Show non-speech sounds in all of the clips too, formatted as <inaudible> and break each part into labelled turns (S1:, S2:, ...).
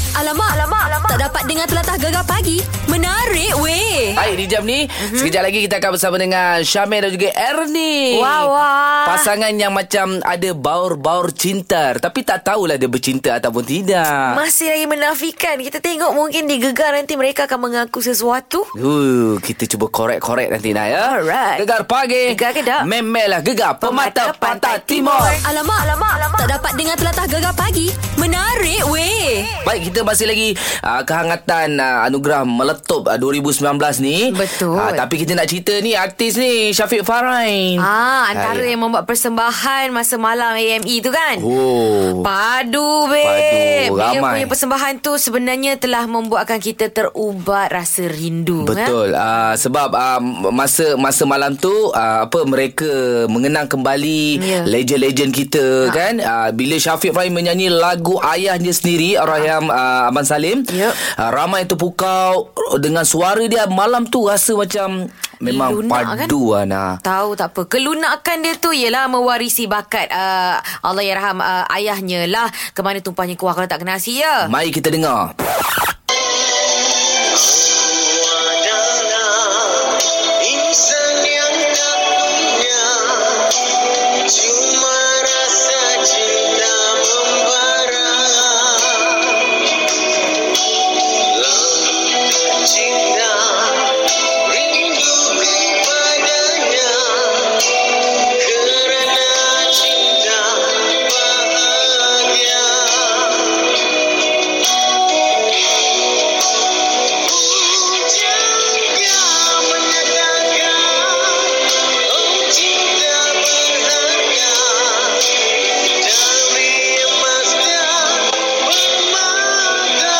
S1: Alamak, alamak, alamak. Tak dapat dengar telatah gegar pagi. Menarik weh.
S2: Baik di jam ni
S3: Mhm.
S2: mm-hmm. Sekejap lagi kita akan bersama dengan Syamil dan juga Ernie
S1: Wah, wah.
S2: Pasangan yang macam ada baur-baur cinta Tapi tak tahulah dia bercinta ataupun tidak
S3: Masih lagi menafikan Kita tengok mungkin di Gegar nanti mereka akan mengaku sesuatu
S2: Uh, kita cuba korek-korek nanti nak ya
S3: Alright.
S2: Gegar pagi
S3: Gegar ke tak?
S2: Memelah gegar Pemata,
S3: Pemata
S2: Pantai
S3: Pantai
S2: Timur
S3: Timur.
S1: Alamak, alamak, alamak. Tak dapat dengar telatah gegar pagi. Menarik weh.
S2: Baik, kita masih lagi uh, kehangatan uh, anugerah meletup uh, 2019 ni.
S3: Betul.
S2: Ah, tapi kita nak cerita ni artis ni Syafiq Farain.
S3: Ah, antara
S2: Hai.
S3: yang membuat persembahan masa malam AME tu kan.
S2: Oh.
S3: Padu babe
S2: Padu,
S3: Dia
S2: ramai.
S3: punya persembahan tu Sebenarnya telah membuatkan kita terubat Rasa rindu eh?
S2: Betul. Ah sebab ah, masa masa malam tu ah, apa mereka mengenang kembali
S3: Ya.
S2: legend-legend kita kan. Ah, bila Syafiq Fahim menyanyi lagu ayahnya sendiri Arham
S3: Ya.
S2: ah, Abang Salim.
S3: Yep.
S2: Ah, ramai terpukau dengan suara dia malam tu rasa macam memang
S3: Lunak,
S2: padu kan? Ana.
S3: Tahu tak apa Kelunakan dia tu Ialah mewarisi bakat uh, Allah yarham uh, Ayahnya lah Kemana tumpahnya kuah Kalau tak kena nasi ya
S2: Mari kita dengar.
S4: adalah insan yang tak punya cuma rasa cinta membara lah cinta rindu kepadanya kerana cinta bahagia Jangan menyatakan Oh cinta berharga Dari emasnya bermata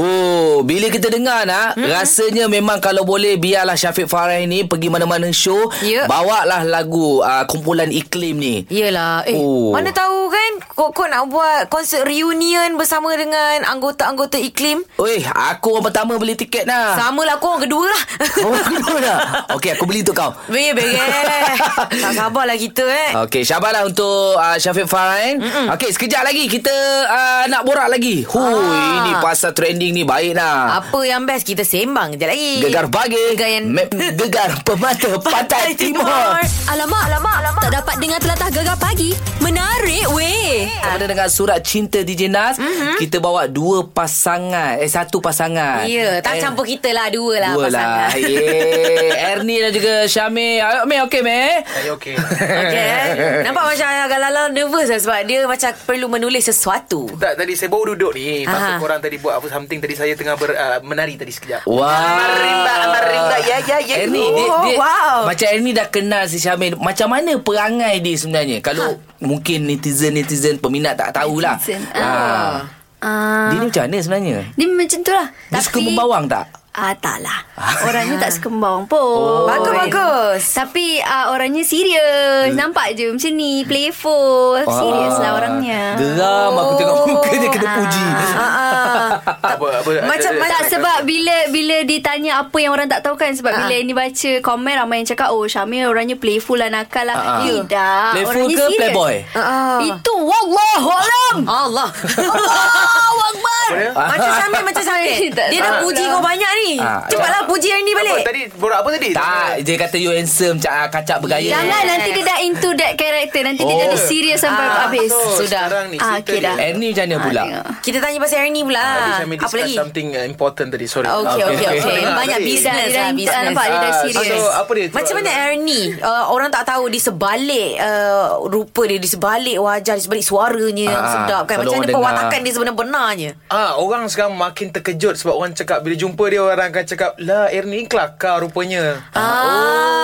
S2: Oh, bila kita dengar nak, hmm. rasanya memang kalau boleh biarlah Syafiq Farah ni pergi mana-mana show,
S3: Ya.
S2: bawa lah lagu uh, kumpulan iklim ni.
S3: Yelah Eh
S2: Oh.
S3: oh. Mana tahu kan Kok-kok nak buat Konsert reunion Bersama dengan Anggota-anggota iklim
S2: Oi, aku orang pertama beli tiket dah.
S3: Sama lah korang kedua lah
S2: Ah.
S3: <laughs>
S2: Oh, <laughs> kedua dah. Okey, aku beli untuk kau.
S3: Bege bege
S2: <laughs>
S3: Tak sabarlah kita eh
S2: Okey, syabaslah untuk uh, Syafiq Farain. Okey, sekejap lagi kita uh, nak borak lagi. Hui,
S3: Ah.
S2: ini pasal trending ni baik dah.
S3: Apa yang best Kita sembang kejap lagi
S2: Ah. Gegar pagi.
S3: Gegar yang- Ah.
S2: Me-
S3: <laughs>
S2: gegar pemata pantai timur. Ah.
S1: Alamak, alamak, alamak. Tak dapat dengar telatah gegar pagi. Menarik weh.
S2: Kepada dengan surat cinta DJ Nas mm-hmm. Kita bawa dua pasangan Eh satu pasangan
S3: Ya Tak
S2: Eh,
S3: campur kita lah Dua lah
S2: Dua lah
S3: <laughs> pasangan
S2: <laughs> yeah. Ernie dan juga Syamil Ayok Mei okey Mei
S4: Saya okey <laughs>
S3: Okay eh? Nampak macam agak lalau nervous lah Sebab dia macam perlu menulis sesuatu
S4: Tak tadi saya baru duduk ni
S3: Aha.
S4: Masa korang tadi buat apa something Tadi saya tengah ber, uh, menari tadi sekejap
S2: Wah
S4: Marimba, marimba, ya, ya, ya.
S2: Ernie dia,
S3: Oh,
S2: dia,
S3: wow.
S2: Macam Ernie dah kenal si Syamil Macam mana perangai dia sebenarnya Kalau mungkin netizen-netizen Peminat tak tahulah
S5: Netizen.
S2: Ah.
S5: Ah,
S2: Dia ni macam mana sebenarnya
S5: dia macam tu lah.
S2: Dia suka membawang tak
S5: Ah, tak lah. Orangnya tak suka membawang
S2: Oh,
S5: pun.
S3: Bagus-bagus.
S5: Tapi ah, orangnya serius. Nampak je macam ni. Playful. Serius
S2: Hmm. Ah,
S5: lah orangnya.
S2: Geram aku tengok muka dia kena
S5: Ah.
S2: puji
S4: Ah, apa, apa,
S3: Macam-
S4: ada-
S5: Tak sebab bila bila ditanya apa yang orang tak tahu kan sebab
S3: Ah.
S5: bila ni baca komen ramai yang cakap oh Syamil orangnya playful lah nakal lah.
S2: Ah, ah.
S5: Tidak.
S2: Playful
S5: orangnya
S2: ke
S5: serius.
S2: playboy
S3: Ah.
S5: Itu wallahu alam.
S3: Allah
S5: Allahu akbar.
S4: Apa dia?
S3: Macam Samir
S1: <laughs>
S3: Macam Samir
S5: Tak
S3: <laughs> Dia dah
S5: salah.
S3: puji kau banyak ni
S2: Ah,
S4: lah.
S3: Cepatlah puji yang ni
S4: Apa,
S3: balik
S4: tadi borak apa tadi?
S2: Tak Dia kata you handsome Macam ah, kacak bergaya
S5: Jangan lah. nanti dia dah into that character Nanti dia
S2: Oh.
S5: jadi serius sampai
S3: Ah,
S5: habis
S4: So,
S3: Sudah.
S4: Sekarang ni
S5: Ah,
S4: cerita
S5: okey
S4: dia.
S5: dah.
S2: Ernie macam mana pula
S5: Ah, tengok.
S3: Kita tanya pasal Ernie pula
S4: Ah, dia sambil
S3: Apa
S4: discuss
S3: lagi
S4: something uh, important tadi Sorry
S3: Okey okey
S2: okay. Ah,
S3: okey Banyak
S4: Tadi-
S3: bisnes
S5: Dia dah-
S3: lah
S5: dia dah-
S3: bisnes.
S5: nampak dia dah
S3: Ah,
S5: serious.
S3: so,
S4: apa dia?
S3: Macam mana Ernie uh, Orang tak tahu Di sebalik uh, Rupa dia Di sebalik wajah Di sebalik suaranya Yang
S2: Ah,
S3: sedap kan Macam
S2: selalu
S3: mana
S2: orang
S3: perwatakan
S2: dengar.
S3: dia sebenar-benarnya
S4: Ah, orang sekarang makin terkejut sebab orang cakap bila jumpa dia orang akan cakap, "Lah, Ernie ni kelakar rupanya."
S3: Ah,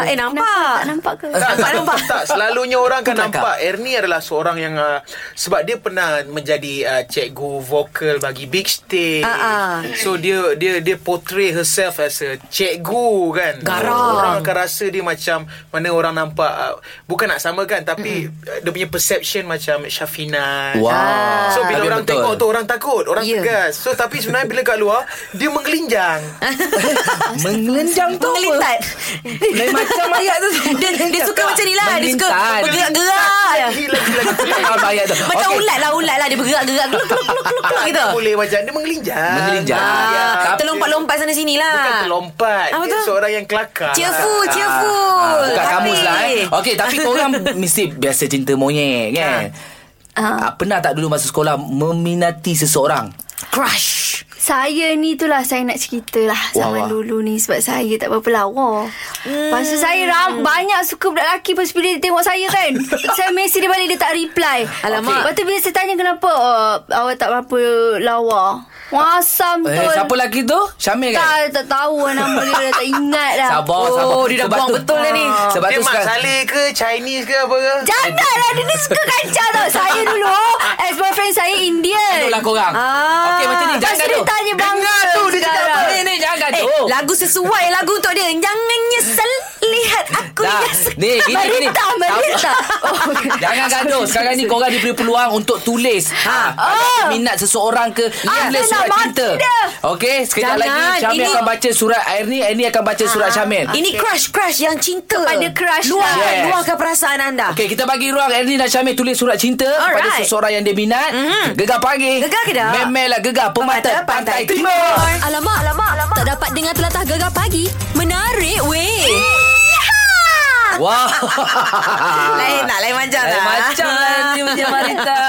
S3: Eh nampak
S5: Tak nampak ke?
S3: Nampak, nampak.
S4: tak selalunya orang akan
S2: Kelakar.
S4: nampak Ernie adalah seorang yang uh, sebab dia pernah menjadi uh, cikgu vokal bagi big stage.
S3: Ah, ah.
S4: So dia dia dia portray herself as a cikgu kan.
S3: Garang.
S4: Orang akan rasa dia macam mana orang nampak uh, bukan nak kan? samakan tapi mm-hmm. dia punya uh, perception macam Syafina.
S2: Wow.
S4: So bila
S2: Tapi
S4: orang
S2: betul.
S4: tengok tu orang takut, orang
S3: Ya.
S4: yeah. tegas. So tapi sebenarnya bila kat luar dia menggelinjang.
S2: Menglenjang tu apa?
S5: Melintat.
S2: Lain macam ayat tu.
S3: Dia, dia suka macam ni lah Dia suka
S2: Menglintan.
S3: bergerak-gerak je.
S4: Lagi lagi lagi.
S2: Apa ayat tu?
S3: Macam
S2: Okey.
S3: ulat lah Ulat lah dia bergerak-gerak Keluk keluk keluk keluk keluk gitu
S4: Tak boleh macam dia menggelinjang.
S2: Menggelinjang.
S4: Ah,
S3: Ah,
S4: dia-
S3: Terlompat-lompat sana sini lah
S4: Bukan terlompat.
S3: Apa
S4: Dia
S3: tu?
S4: seorang yang kelakar.
S3: Cheerful Cheerful
S2: Ah, ah, bukan
S3: Tapi-
S2: kamu lah eh. Okey, tapi korang mesti biasa cinta monyet kan? Ah. Pernah tak dulu masa sekolah meminati seseorang?
S3: Crush
S5: Saya ni tu lah saya nak cerita lah
S2: Wah, wah.
S5: zaman dulu ni sebab saya tak berapa lawa. Hmm. Lepas tu saya ram, banyak suka budak lelaki lepas bila dia tengok saya
S2: <laughs>
S5: kan. saya mesej dia balik dia tak reply.
S3: Alamak.
S5: Lepas tu bila saya tanya kenapa oh, awak tak berapa lawa. Masam
S2: Eh,
S5: tu.
S2: siapa lagi tu? Syamil kan?
S5: Tak, tak tahu lah nama dia dah tak ingat lah.
S2: Sabar,
S3: Oh,
S2: sabar.
S3: dia dah
S2: Sebab
S3: buang
S2: tu- Ah.
S3: betul dah ni.
S2: Sebab
S4: Ah. Dia
S2: tu
S4: Mak
S2: sekarang
S4: Saleh ke Chinese ke apa ke?
S5: Janganlah lah, dia ni suka kacau tau. Saya dulu oh, ex-boyfriend saya Indian.
S2: Itulah korang.
S3: Ah.
S2: Okey, macam ni.
S5: Lepas
S2: Jangan
S5: tu dia
S2: gaduh.
S5: tanya bangsa
S4: Dengar tu, dia cakap
S5: sekarang.
S2: Ni, ni, jangan
S3: Eh,
S2: gaduh.
S3: lagu sesuai lagu untuk dia. Jangan nyesel lihat aku
S2: Dah.
S3: yang se- <laughs>
S2: Ni, gini, gini.
S5: Merita, merita. Oh,
S2: Jangan gaduh. Sekarang ni korang diberi peluang untuk tulis. Ha. Oh. Minat seseorang ke
S5: Ah,
S2: tulis
S5: saya
S2: surat
S5: nak mati
S2: cinta.
S5: dia.
S2: Okey, sekejap
S3: Jangan.
S2: lagi Syamil
S3: Ini- ha.
S2: akan baca surat Airni, Airni akan baca surat Syamil.
S3: Ini crush-crush yang cinta.
S5: Kepada crush
S3: Luar,
S5: lah.
S2: Yes.
S3: Luarkan perasaan anda.
S2: Okey, kita bagi ruang Ernie dan Syamil tulis surat cinta Alright. kepada
S5: Alright.
S2: seseorang yang dia minat. Mm-hmm. Gegar pagi.
S3: Gegar ke dak?
S2: Memelah gegar pemata, pantai, timur.
S1: Alamak, alamak, alamak. Tak dapat dengar telatah gegar pagi. Menarik, weh.
S2: Wah.
S3: Lain tak? Lain macam
S2: Lain
S3: tak?
S2: macam
S3: <laughs>
S2: lah Ernie punya Marita.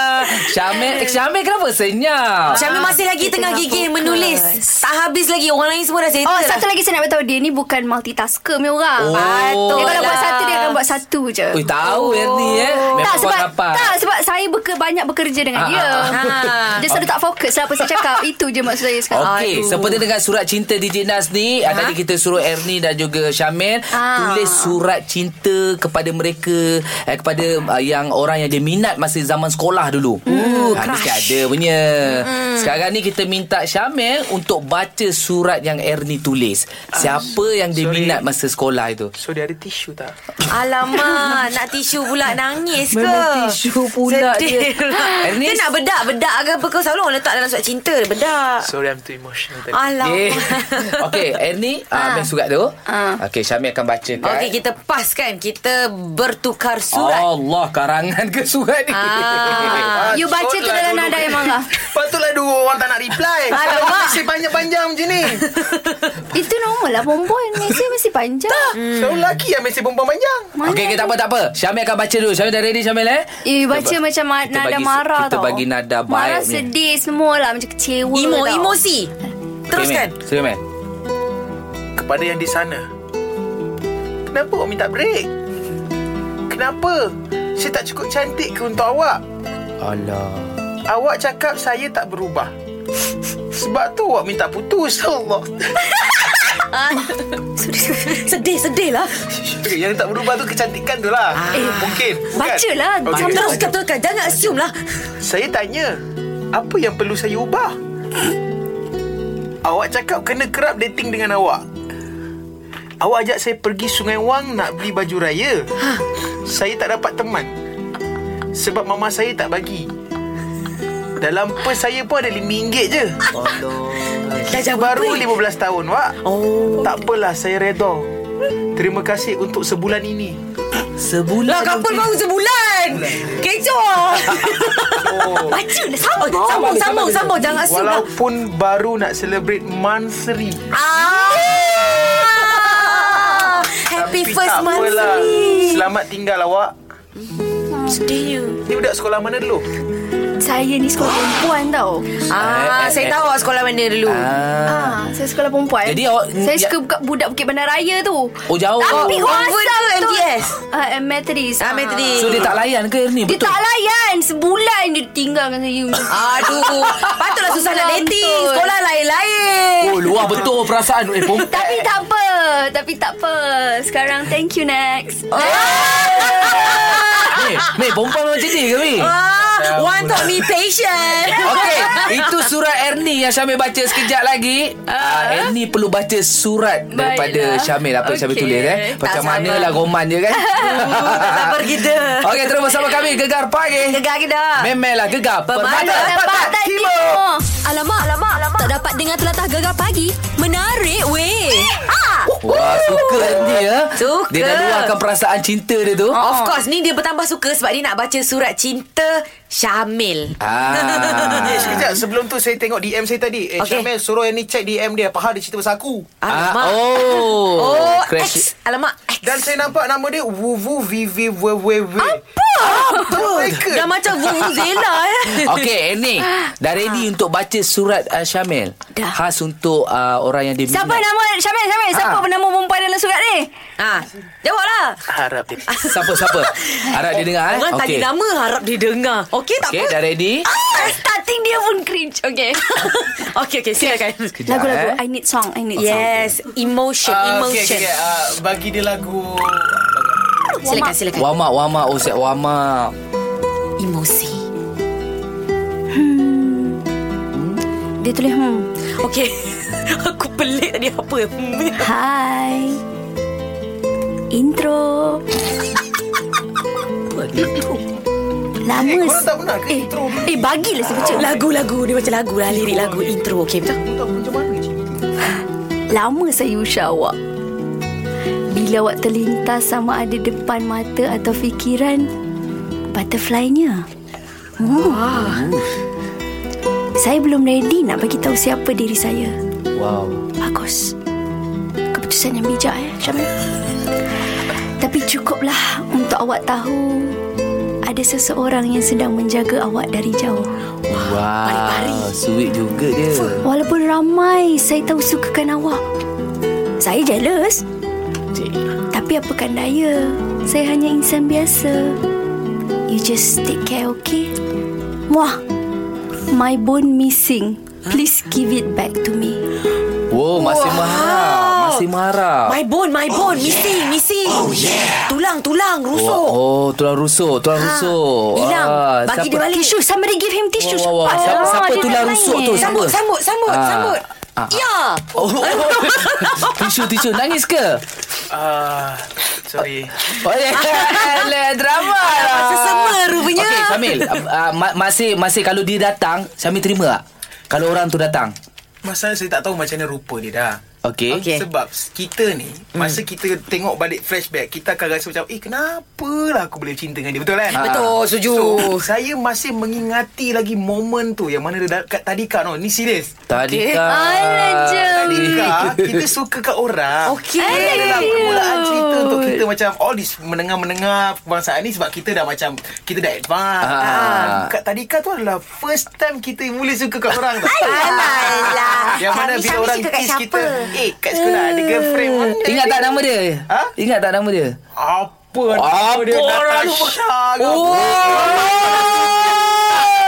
S2: Syamil, eh, Syamil kenapa senyap?
S3: Syamil masih lagi
S5: Dia
S3: tengah
S5: tengah
S3: gigih
S5: fokus.
S3: menulis. Tak habis lagi. Orang lain semua dah settle
S5: Oh,
S2: lah.
S3: dah.
S5: satu lagi saya nak beritahu dia ni bukan multitasker punya orang.
S2: Oh.
S5: Patut. Dia kalau buat
S3: lah.
S5: satu dia akan buat satu je.
S2: Ui, tahu oh. Ernie eh. Memang
S5: tak
S2: kurang
S5: sebab
S2: rapat.
S5: tak sebab saya beker, banyak bekerja dengan
S2: Ah,
S5: dia.
S2: ah,
S5: <laughs>
S3: ah.
S5: Dia selalu tak fokus lah apa saya
S2: <laughs>
S5: cakap. Itu je maksud saya sekarang.
S2: Okey,
S3: Aduh.
S2: seperti dengan surat cinta DJ Nas ni, ha? tadi kita suruh Ernie dan juga Syamil
S5: Ah.
S2: tulis surat cinta kepada mereka eh, kepada uh, yang orang yang dia minat masa zaman sekolah dulu. Hmm, ha, mesti ada punya. Hmm. Sekarang ni kita minta Syamil untuk baca surat yang Ernie tulis. Siapa yang dia
S4: sorry.
S2: minat masa sekolah itu?
S4: So dia ada tisu tak?
S3: Alamak, nak tisu pula nangis ke?
S2: Memang tisu pula
S3: Sedih
S2: dia.
S3: lah. Dia
S2: Ernest.
S3: nak bedak-bedak ke apa kau selalu orang letak dalam surat cinta bedak.
S4: Sorry I'm too emotional tadi.
S2: Eh. <laughs>
S3: Alamak.
S2: Okey, Ernie, ah. ambil surat tu.
S5: Ah.
S2: Okey, Syamil akan bacakan.
S3: Okey, kita paskan. Kita bertukar surat.
S2: Allah, karangan ke surat ni? <laughs>
S3: Ah.
S4: Ah,
S5: You baca tu
S4: patutlah
S5: dalam
S4: dulu-
S5: nada yang marah.
S4: Patutlah dua orang tak nak reply. Kalau
S3: Alamak.
S4: masih panjang-panjang macam ni.
S2: Oh.
S5: Itu normal lah perempuan.
S2: <laughs>
S5: Mesej masih panjang.
S4: Selalu lelaki yang mesej perempuan panjang.
S5: Mana
S2: Okey, okay, tak apa, tak apa. Syamil akan baca dulu. Syamil dah ready, Syamil eh?
S5: Eh, baca
S2: Kita ba-
S5: macam ma-
S2: kita
S5: nada
S2: bagi-
S5: marah
S2: kita
S5: tau.
S2: bagi nada baik
S5: Marah
S2: ni.
S5: sedih semua lah. Macam kecewa
S3: Emo,
S5: tau.
S3: emosi. Teruskan.
S2: Okay, Syamil.
S4: Kepada yang di sana. Kenapa awak minta break? Kenapa? Saya tak cukup cantik ke untuk awak?
S2: Alah.
S4: Awak cakap saya tak berubah. Sebab tu awak minta putus <laughs> Allah.
S3: Sedih-sedih lah.
S4: Yang tak berubah tu kecantikan tu lah. Eh, Mungkin. bukan?
S5: Bacalah.
S4: Okey.
S5: Sambil-
S3: Teruskan, teruskan. Jangan assume lah.
S4: Saya tanya Apa yang perlu saya ubah? awak cakap kena kerap dating dengan awak Awak ajak saya pergi Sungai Wang nak beli baju raya
S3: Ha.
S4: Saya tak dapat teman Sebab mama saya tak bagi Dalam pers saya pun ada RM5 je
S3: Dah jawab
S4: Baru
S3: apa?
S4: 15 tahun, Wak
S3: Oh.
S4: Tak apalah, saya reda Terima kasih untuk sebulan ini
S2: Sebulan.
S3: Lah couple baru sebulan. Kecoh. Baca lah. Sambung. Sambung, sambung, sambung. Jangan assume lah.
S4: Walaupun baru nak celebrate monthly
S3: Ah. Happy
S4: Tapi
S3: first
S4: tak apalah.
S3: monthly. Hmm.
S4: Selamat tinggal awak.
S3: Sedih you.
S4: Ni budak sekolah mana dulu?
S5: Saya ni
S2: <gasps>
S5: sekolah perempuan tau.
S3: Ah,
S2: Eh, eh,
S3: saya
S2: eh.
S3: tahu awak sekolah mana dulu.
S2: Ah.
S5: Ah, saya sekolah perempuan.
S2: Jadi awak-
S5: saya
S2: ya-
S5: suka buka budak Bukit Bandar Raya tu.
S2: Oh, jauh.
S5: Tapi
S3: Oh, convert
S5: kuasa
S3: ke MTS?
S5: Ah, uh, Methodist.
S3: Ah, Methodist.
S2: So, dia tak layan ke Ernie?
S5: Dia
S2: Betul?
S5: tak layan Sebulan dia tinggalkan saya macam tu.
S3: Aduh. Ah, Patutlah susah nak
S5: Betul,
S3: dating.
S5: betul.
S3: Sekolah lain-lain.
S2: Oh, luar betul perasaan. Eh, pom-
S5: Tapi tak apa Tapi tak apa Sekarang thank you next
S2: Mei, Mei, perempuan macam ni ke, Mei?
S3: Ah, one taught me patient.
S2: Okey, itu surat Ernie yang Syamil baca sekejap lagi. Ah, Ernie perlu baca surat daripada
S5: Baiklah.
S2: Syamil apa yang Syamil
S5: Okey.
S2: tulis eh.
S3: Tak
S2: Macam
S3: sabar.
S2: manalah roman dia kan.
S3: <laughs> tak sabar kita.
S2: Okey, terus bersama kami Gegar Pagi.
S3: Gegar kita.
S2: Memelah Gegar
S3: Pemata.
S2: Pemata.
S5: Tempat
S3: Tempat
S5: timur
S1: Alamak, alamak, alamak. Tak dapat dengar telatah gegar pagi. Menarik, weh. Ha!
S2: Wah, suka nanti ya.
S3: Suka.
S2: Dia dah luahkan perasaan cinta dia tu.
S3: Oh. Of course Ni dia bertambah suka Sebab dia nak baca surat cinta Syamil <laughs>
S4: Eh,
S2: Ah.
S4: sekejap sebelum tu saya tengok DM saya tadi. Eh,
S3: Okey.
S4: okay. Syamil suruh yang ni check DM dia. Faham dia cerita pasal aku.
S3: Alamak
S2: Ah, oh.
S3: Oh
S2: Crash.
S3: X Alamak X
S4: Dan saya nampak nama dia Wuvu Vivi Wewe We. Apa? Apa mereka?
S3: Dah macam Vuvuzela eh
S2: Okey, Eni. Dah ready
S3: Ah.
S2: untuk baca surat uh, Syamil?
S5: Dah.
S2: Khas untuk uh, orang yang dia
S5: Siapa
S2: minat.
S5: nama Syamil Syamil Siapa
S2: Ah.
S5: nama perempuan dalam surat ni
S3: ha. Jawablah
S4: Harap dia.
S3: Ah,
S2: Siapa, siapa?
S3: <laughs>
S2: Harap dia dengar. eh?
S3: Orang tanya
S2: Okey.
S3: nama Harap dia dengar Okey tak
S2: Okey,
S3: apa <laughs>
S2: dah ready?
S5: ah, Starting dia pun cringe Okay
S3: Okey okey silakan
S2: Sekejap,
S5: Lagu-lagu
S2: eh.
S5: I need song I need song
S3: Yes Emotion
S4: Ah, okey,
S3: Emotion
S4: okey, okey. Ah, bagi dia lagu.
S3: Silakan silakan
S2: Warm up, warm up. Oh, siap warm up.
S3: Emosi
S5: Dia tulis hmm
S3: Okey <laughs> Aku pelik tadi apa Hmm.
S5: Hai Intro Lama
S4: Eh, korang
S5: s-
S4: tak pernah ke
S5: eh,
S4: intro?
S5: Eh bagilah saya baca
S3: Lagu-lagu Dia macam lagu lah Lirik lagu Intro Okey betul
S4: Aku tak tahu macam mana cerita.
S5: Lama saya usah awak Bila awak terlintas sama ada depan mata atau fikiran Butterfly-nya hmm. Saya belum ready nak bagi tahu siapa diri saya
S2: Wow.
S5: Bagus Keputusan yang bijak eh Syamil Tapi cukuplah untuk awak tahu Ada seseorang yang sedang menjaga awak dari jauh
S2: Wow. Sweet juga dia.
S5: Walaupun ramai saya tahu sukakan awak Saya jealous
S2: Cik.
S5: Tapi apakan daya Saya hanya insan biasa You just take care okay Muah My bone missing Please give it back to me
S2: Wow, masih marah. Masih marah.
S3: Oh, My bone My bone Missing Missing Oh yeah Tulang-tulang
S2: Wah,
S3: Rusuk
S2: oh, tulang rusuk, tulang rusuk.
S3: Ah,
S2: Ah,
S3: hilang. Bagi
S2: siapa-
S3: dia balik.
S5: Tissue Somebody give him tissue
S2: Wah, wah, wah. Siapa, siapa tulang rusuk tu?
S3: Sambut Sambut Sambut
S2: Ah.
S3: Sambut
S2: Ah.
S3: Ya
S2: Oh, oh, oh. <laughs> tisu, tisu. Nangis ke?
S4: Ah, sorry.
S2: Oh, eh, <laughs> alah, drama lah.
S3: Ah, Sesama rupanya.
S2: Okey, Syamil. Uh, uh, ma- masih, masih kalau dia datang, Syamil terima tak? Kalau orang tu datang.
S4: Masalah saya tak tahu macam mana rupa dia dah.
S2: Okey.
S3: Okey.
S4: Sebab kita ni Masa kita tengok balik flashback Kita akan rasa macam Eh kenapa lah aku boleh cinta dengan dia Betul kan?
S3: Betul Setuju
S4: So, saya masih mengingati lagi momen tu yang mana dia dah- kat tadika no. Ni serius.
S2: Tadi
S3: Okey.
S2: kan.
S5: Alah, je.
S4: Tadika kita suka kat orang.
S3: Okey.
S4: Kita dalam permulaan cerita untuk kita macam all this menengah-menengah kebangsaan ni sebab kita dah macam kita dah advance.
S2: Ah.
S4: Ah, Kat tadika tu adalah first time kita mula suka kat orang tu. Ah.
S3: Alah
S4: Yang mana
S3: Syamil-
S4: bila
S3: Syamil
S4: orang
S3: suka kat
S4: kiss
S3: siapa?
S4: kita Eh kat sekolah ada girlfriend pun.
S2: Ingat tak nama dia?
S4: Ha?
S2: Ingat tak nama dia?
S4: Apa
S2: Apa
S4: nama dia
S2: orang tu?
S4: Natasha ke apa?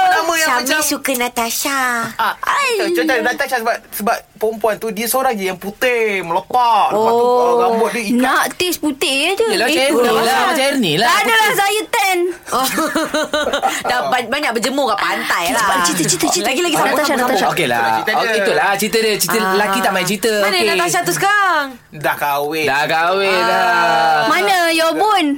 S4: Nama yang
S3: Syamil
S4: macam
S3: suka Natasha
S4: Ah, contoh Natasha sebab sebab perempuan tu dia seorang je yang putih, melepak. Lepas tu ah, rambut dia ikat.
S5: Nak tis putih je
S2: Yelah, macam
S5: Itu
S2: Ernie
S5: dah
S2: lah,
S5: pasal.
S2: macam Ernie lah,
S5: Tak adalah
S2: putih.
S5: saya tan
S3: Oh. Dah ba- banyak berjemur kat pantai lah
S5: Cepat, cerita, cerita, cerita.
S3: Lagi-lagi sama
S5: Natasha,
S3: sama, sama.
S5: Natasha.
S2: Okey lah.
S4: Cerita dia.
S2: Okey, itulah cerita dia. Cerita lelaki tak main cerita.
S3: Mana
S2: Okey.
S3: Natasha Ah. tu sekarang?
S4: Dah kahwin.
S2: Dah kahwin lah. dah.
S5: Mana your bone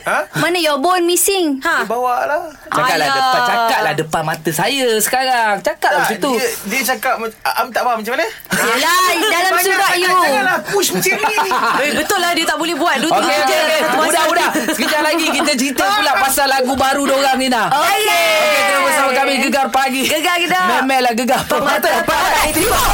S4: Ha?
S5: Mana your bone missing Ha?
S4: Dia bawa lah.
S2: Cakaplah
S3: Ayah.
S2: depan cakaplah depan mata saya sekarang. Cakaplah
S4: Tak,
S2: Ah, macam tu.
S4: dia, dia cakap mac- Am tak faham macam mana?
S5: Yelah Dalam
S4: Banyak
S5: surat
S4: sangat,
S5: you
S4: Janganlah push macam ni.
S3: Eh, betul lah dia tak boleh buat. Dulu
S2: Okey
S3: tiga
S2: okey
S3: je.
S2: okey.
S3: Masa-
S2: Udah udah. Sekejap lagi kita cerita pula pasal lagu baru dorang ni dah.
S3: Okey.
S2: Okey, terus bersama kami Gegar Pagi.
S3: ya, Gegar kita.
S2: Memelah gegar pemata pantai timur.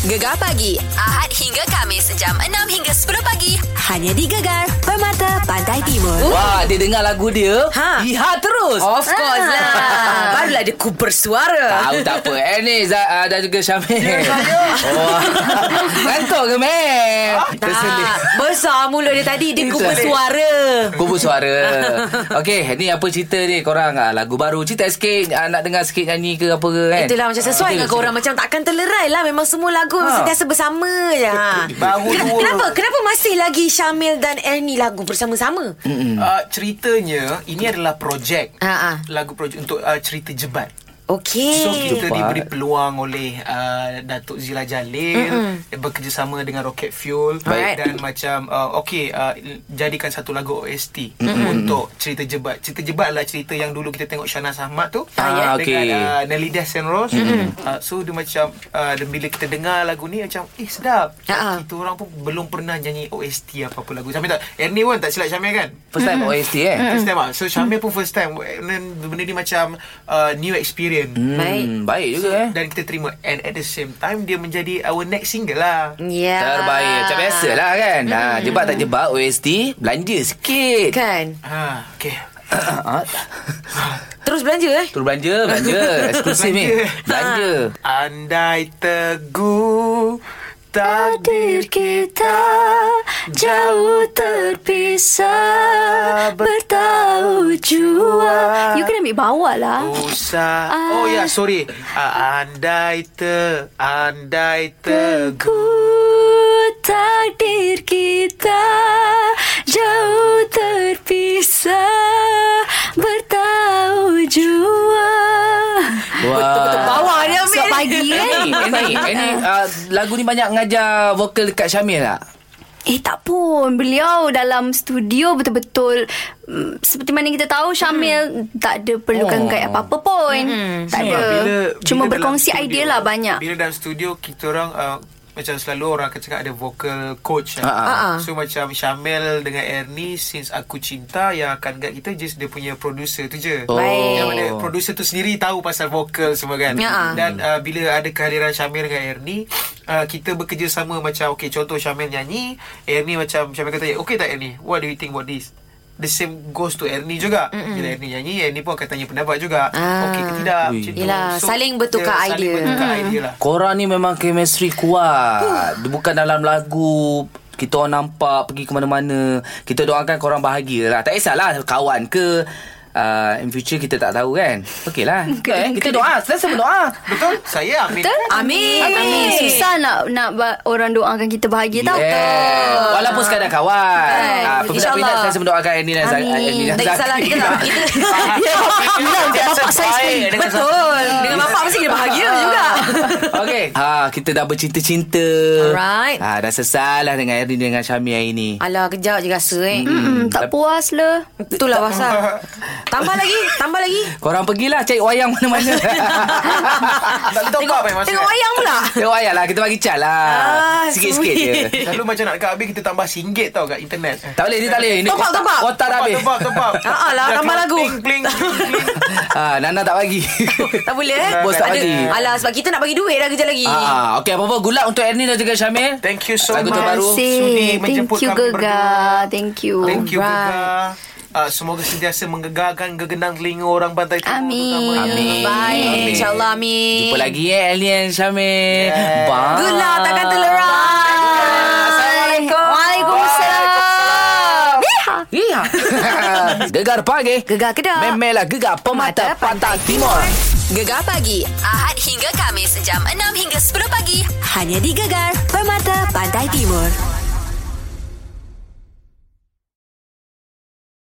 S1: Gegar pagi. Ahad hingga Kamis. Jam 6 hingga 10 pagi. Hanya di Gegar. Permata Pantai Timur.
S2: Wah, dia dengar lagu dia.
S3: Ha.
S2: Iha terus. Ah.
S3: Of course lah. <laughs> Barulah dia ku bersuara.
S2: Tahu tak apa Eh ni Zah, uh, Dan juga Syamil oh. <laughs> Ngantuk ke Mel Terselit
S3: Tak. Besar mulut dia tadi. Dia ku
S2: Betul.
S3: bersuara.
S2: Kubur suara Okay Ni apa cerita ni Korang ah, lagu baru Cerita sikit ah, Nak dengar sikit nyanyi ke apa ke kan
S3: Itulah macam sesuai dengan korang Macam takkan terlerai lah Memang semua lagu ha. Sentiasa bersama je ha.
S4: Baru
S3: Ken-
S4: dua.
S3: Kenapa? Kenapa masih lagi Syamil dan Ernie lagu bersama-sama?
S4: Hmm. Uh, Ah, ceritanya ini adalah projek.
S3: Ah, ah.
S4: Lagu projek untuk uh, ah, cerita jebat.
S3: Okey.
S4: So kita
S2: Cepat.
S4: diberi peluang oleh uh, Datuk Zila Jalil mm-hmm. bekerjasama dengan Rocket Fuel
S3: Baik.
S4: dan macam uh, okey uh, jadikan satu lagu OST mm-hmm. untuk cerita jebat. Cerita jebat lah cerita yang dulu kita tengok Shana Ahmad tu
S2: Ah, ya.
S4: dengan
S2: okey.
S4: uh, Nelly Des and Rose. Mm-hmm. Uh, so dia macam uh, dan bila kita dengar lagu ni macam eh sedap.
S3: Ah, ah.
S4: Kita orang pun belum pernah nyanyi OST apa-apa lagu. Sampai tak Ernie pun tak silap Syamil kan?
S2: First time OST eh
S4: First time ah. So Syamil pun first time Dan benda ni macam uh, new experience.
S3: Baik.
S2: Hmm, baik juga eh
S4: dan kita terima and at the same time dia menjadi our next single lah
S3: Ya.
S2: Terbaik Macam biasa lah kan ha, Jebak tak jebak OST Belanja sikit
S3: Kan.
S4: ha okey
S2: Ah,
S3: Terus belanja eh.
S2: Terus belanja Belanja
S3: <laughs>
S2: Eksklusif ni
S4: Belanja.
S2: Belanja
S4: andai teguh takdir kita
S5: jauh terpisah bertahu jua. You kena ambil bawah lah.
S4: usah oh ya sorry Ah, andai te andai teguh
S5: Ku takdir kita jauh terpisah bertahu jua.
S2: Wah.
S3: Ah. Betul-betul bawah dia ambil.
S5: Esok pagi kan?
S2: Ah, Eh, Ini, ini
S3: Ah.
S2: uh, lagu ni banyak mengajar vokal dekat Syamil tak?
S5: Eh tak pun Beliau dalam studio Betul-betul mm, Seperti mana kita tahu
S3: Hmm.
S5: Syamil Tak ada perlukan
S2: Oh.
S5: guide apa-apa pun Tak
S4: Hmm.
S5: ada Cuma
S4: dalam
S5: berkongsi
S4: studio-
S5: idea lah banyak
S4: Bila dalam studio kita orang uh, macam selalu orang akan cakap ada vocal coach kan.
S2: Ha,
S5: Ah,
S3: ha.
S4: So macam Syamel dengan Ernie since aku cinta yang akan guide kita just dia punya producer tu je.
S2: Oh. Baik.
S4: Yang mana producer tu sendiri tahu pasal vocal semua kan.
S3: Ya, ha.
S4: Dan uh, bila ada kehadiran Syamel dengan Ernie uh, kita bekerjasama macam okay contoh Syamel nyanyi Ernie macam Syamel kata okay tak Ernie what do you think about this? The same goes to Ernie juga. Mm-mm. Bila Ernie nyanyi Ernie pun akan tanya pendapat juga.
S3: Ah.
S4: Okay ke tidak?
S2: Ui.
S4: Macam tu.
S3: Yelah, saling bertukar
S4: dia ya,
S3: idea.
S4: Saling
S3: Hmm.
S4: bertukar idea lah.
S2: Korang ni memang chemistry kuat. Bukan dalam lagu kita orang nampak pergi ke mana-mana. Kita doakan korang bahagia lah. Tak kisahlah kawan ke uh, in future kita tak tahu kan.
S3: <laughs>
S2: Okeylah. Okay, kita doa, sentiasa berdoa.
S4: Betul? Saya Amin.
S5: Betul?
S3: Amin.
S5: Amin. Susah nak nak ba- orang doakan kita bahagia tau.
S2: Yeah. Walaupun sekadar kawan.
S3: Betul.
S2: Ah,
S3: InsyaAllah.
S2: Peminat-peminat sentiasa mendoakan Ernie dan Zaki.
S5: Amin.
S3: Tak kisahlah kita
S2: <laughs>
S3: tak Ya, kita
S5: Yelah, untuk bapak saya sendiri.
S3: Betul Dengan bapak mesti kita bahagia juga
S2: Okey. Ha, kita dah bercinta-cinta.
S3: Alright.
S2: Ha, dah sesal lah dengan Ernie dengan Syamil hari ni.
S3: Alah kejap je rasa eh
S5: Hmm, tak puas le.
S3: Itulah pasal Tambah lagi Tambah lagi
S2: Korang pergilah cari wayang mana-mana.
S4: Ah, Tak tahu apa yang maksud.
S3: Tengok wayang pula
S2: Tengok wayang lah. Kita bagi cat lah.
S3: Ah,
S2: Sikit-sikit je.
S3: sweet.
S4: Selalu macam nak dekat habis kita tambah RM1 tau kat internet.
S2: Tak boleh, ni tak boleh. Ini
S3: Top up,
S2: kotak-
S3: top up.
S2: Kotak dah habis.
S4: Tebak, tebak, tebak.
S3: <laughs> Ah, ah lah,
S4: Dah
S3: tambah
S4: keluar
S3: lagu.
S4: Pling, pling, pling, pling.
S2: <laughs>
S3: <laughs>
S2: Ah, Nana tak bagi.
S3: Tak boleh eh
S2: Bos tak
S3: Ada-
S2: bagi.
S3: Alah sebab kita nak bagi duit dah kejap lagi
S2: ah, okey, apa-apa. Good luck untuk Ernie dan juga Syamil.
S4: Thank you so
S2: Lagu
S4: much.
S2: terbaru.
S5: Terima kasih.
S4: Sudi
S5: Thank
S4: menjemput
S5: you
S4: kami
S5: Gaga.
S4: berdua.
S5: Thank you.
S4: Thank you,
S3: Alright.
S4: Gaga. Ah, semoga sentiasa menggegarkan gegenang telinga orang pantai timur
S5: Amin.
S4: terutamanya.
S2: Amin. Amin.
S3: Baik InsyaAllah Amin
S2: Jumpa lagi eh, Ernie dan Syamil.
S4: Yes.
S2: Bye.
S3: Good luck takkan terlerai Assalamualaikum Waalaikumsalam
S2: Iya. <laughs> Gegar pagi.
S3: Gegar Kedah.
S2: Memelah gegar pemata pantai timur.
S1: Gegar pagi Ahad hingga Kamis jam 6 hingga 10 pagi hanya di Gegar Permata Pantai Timur.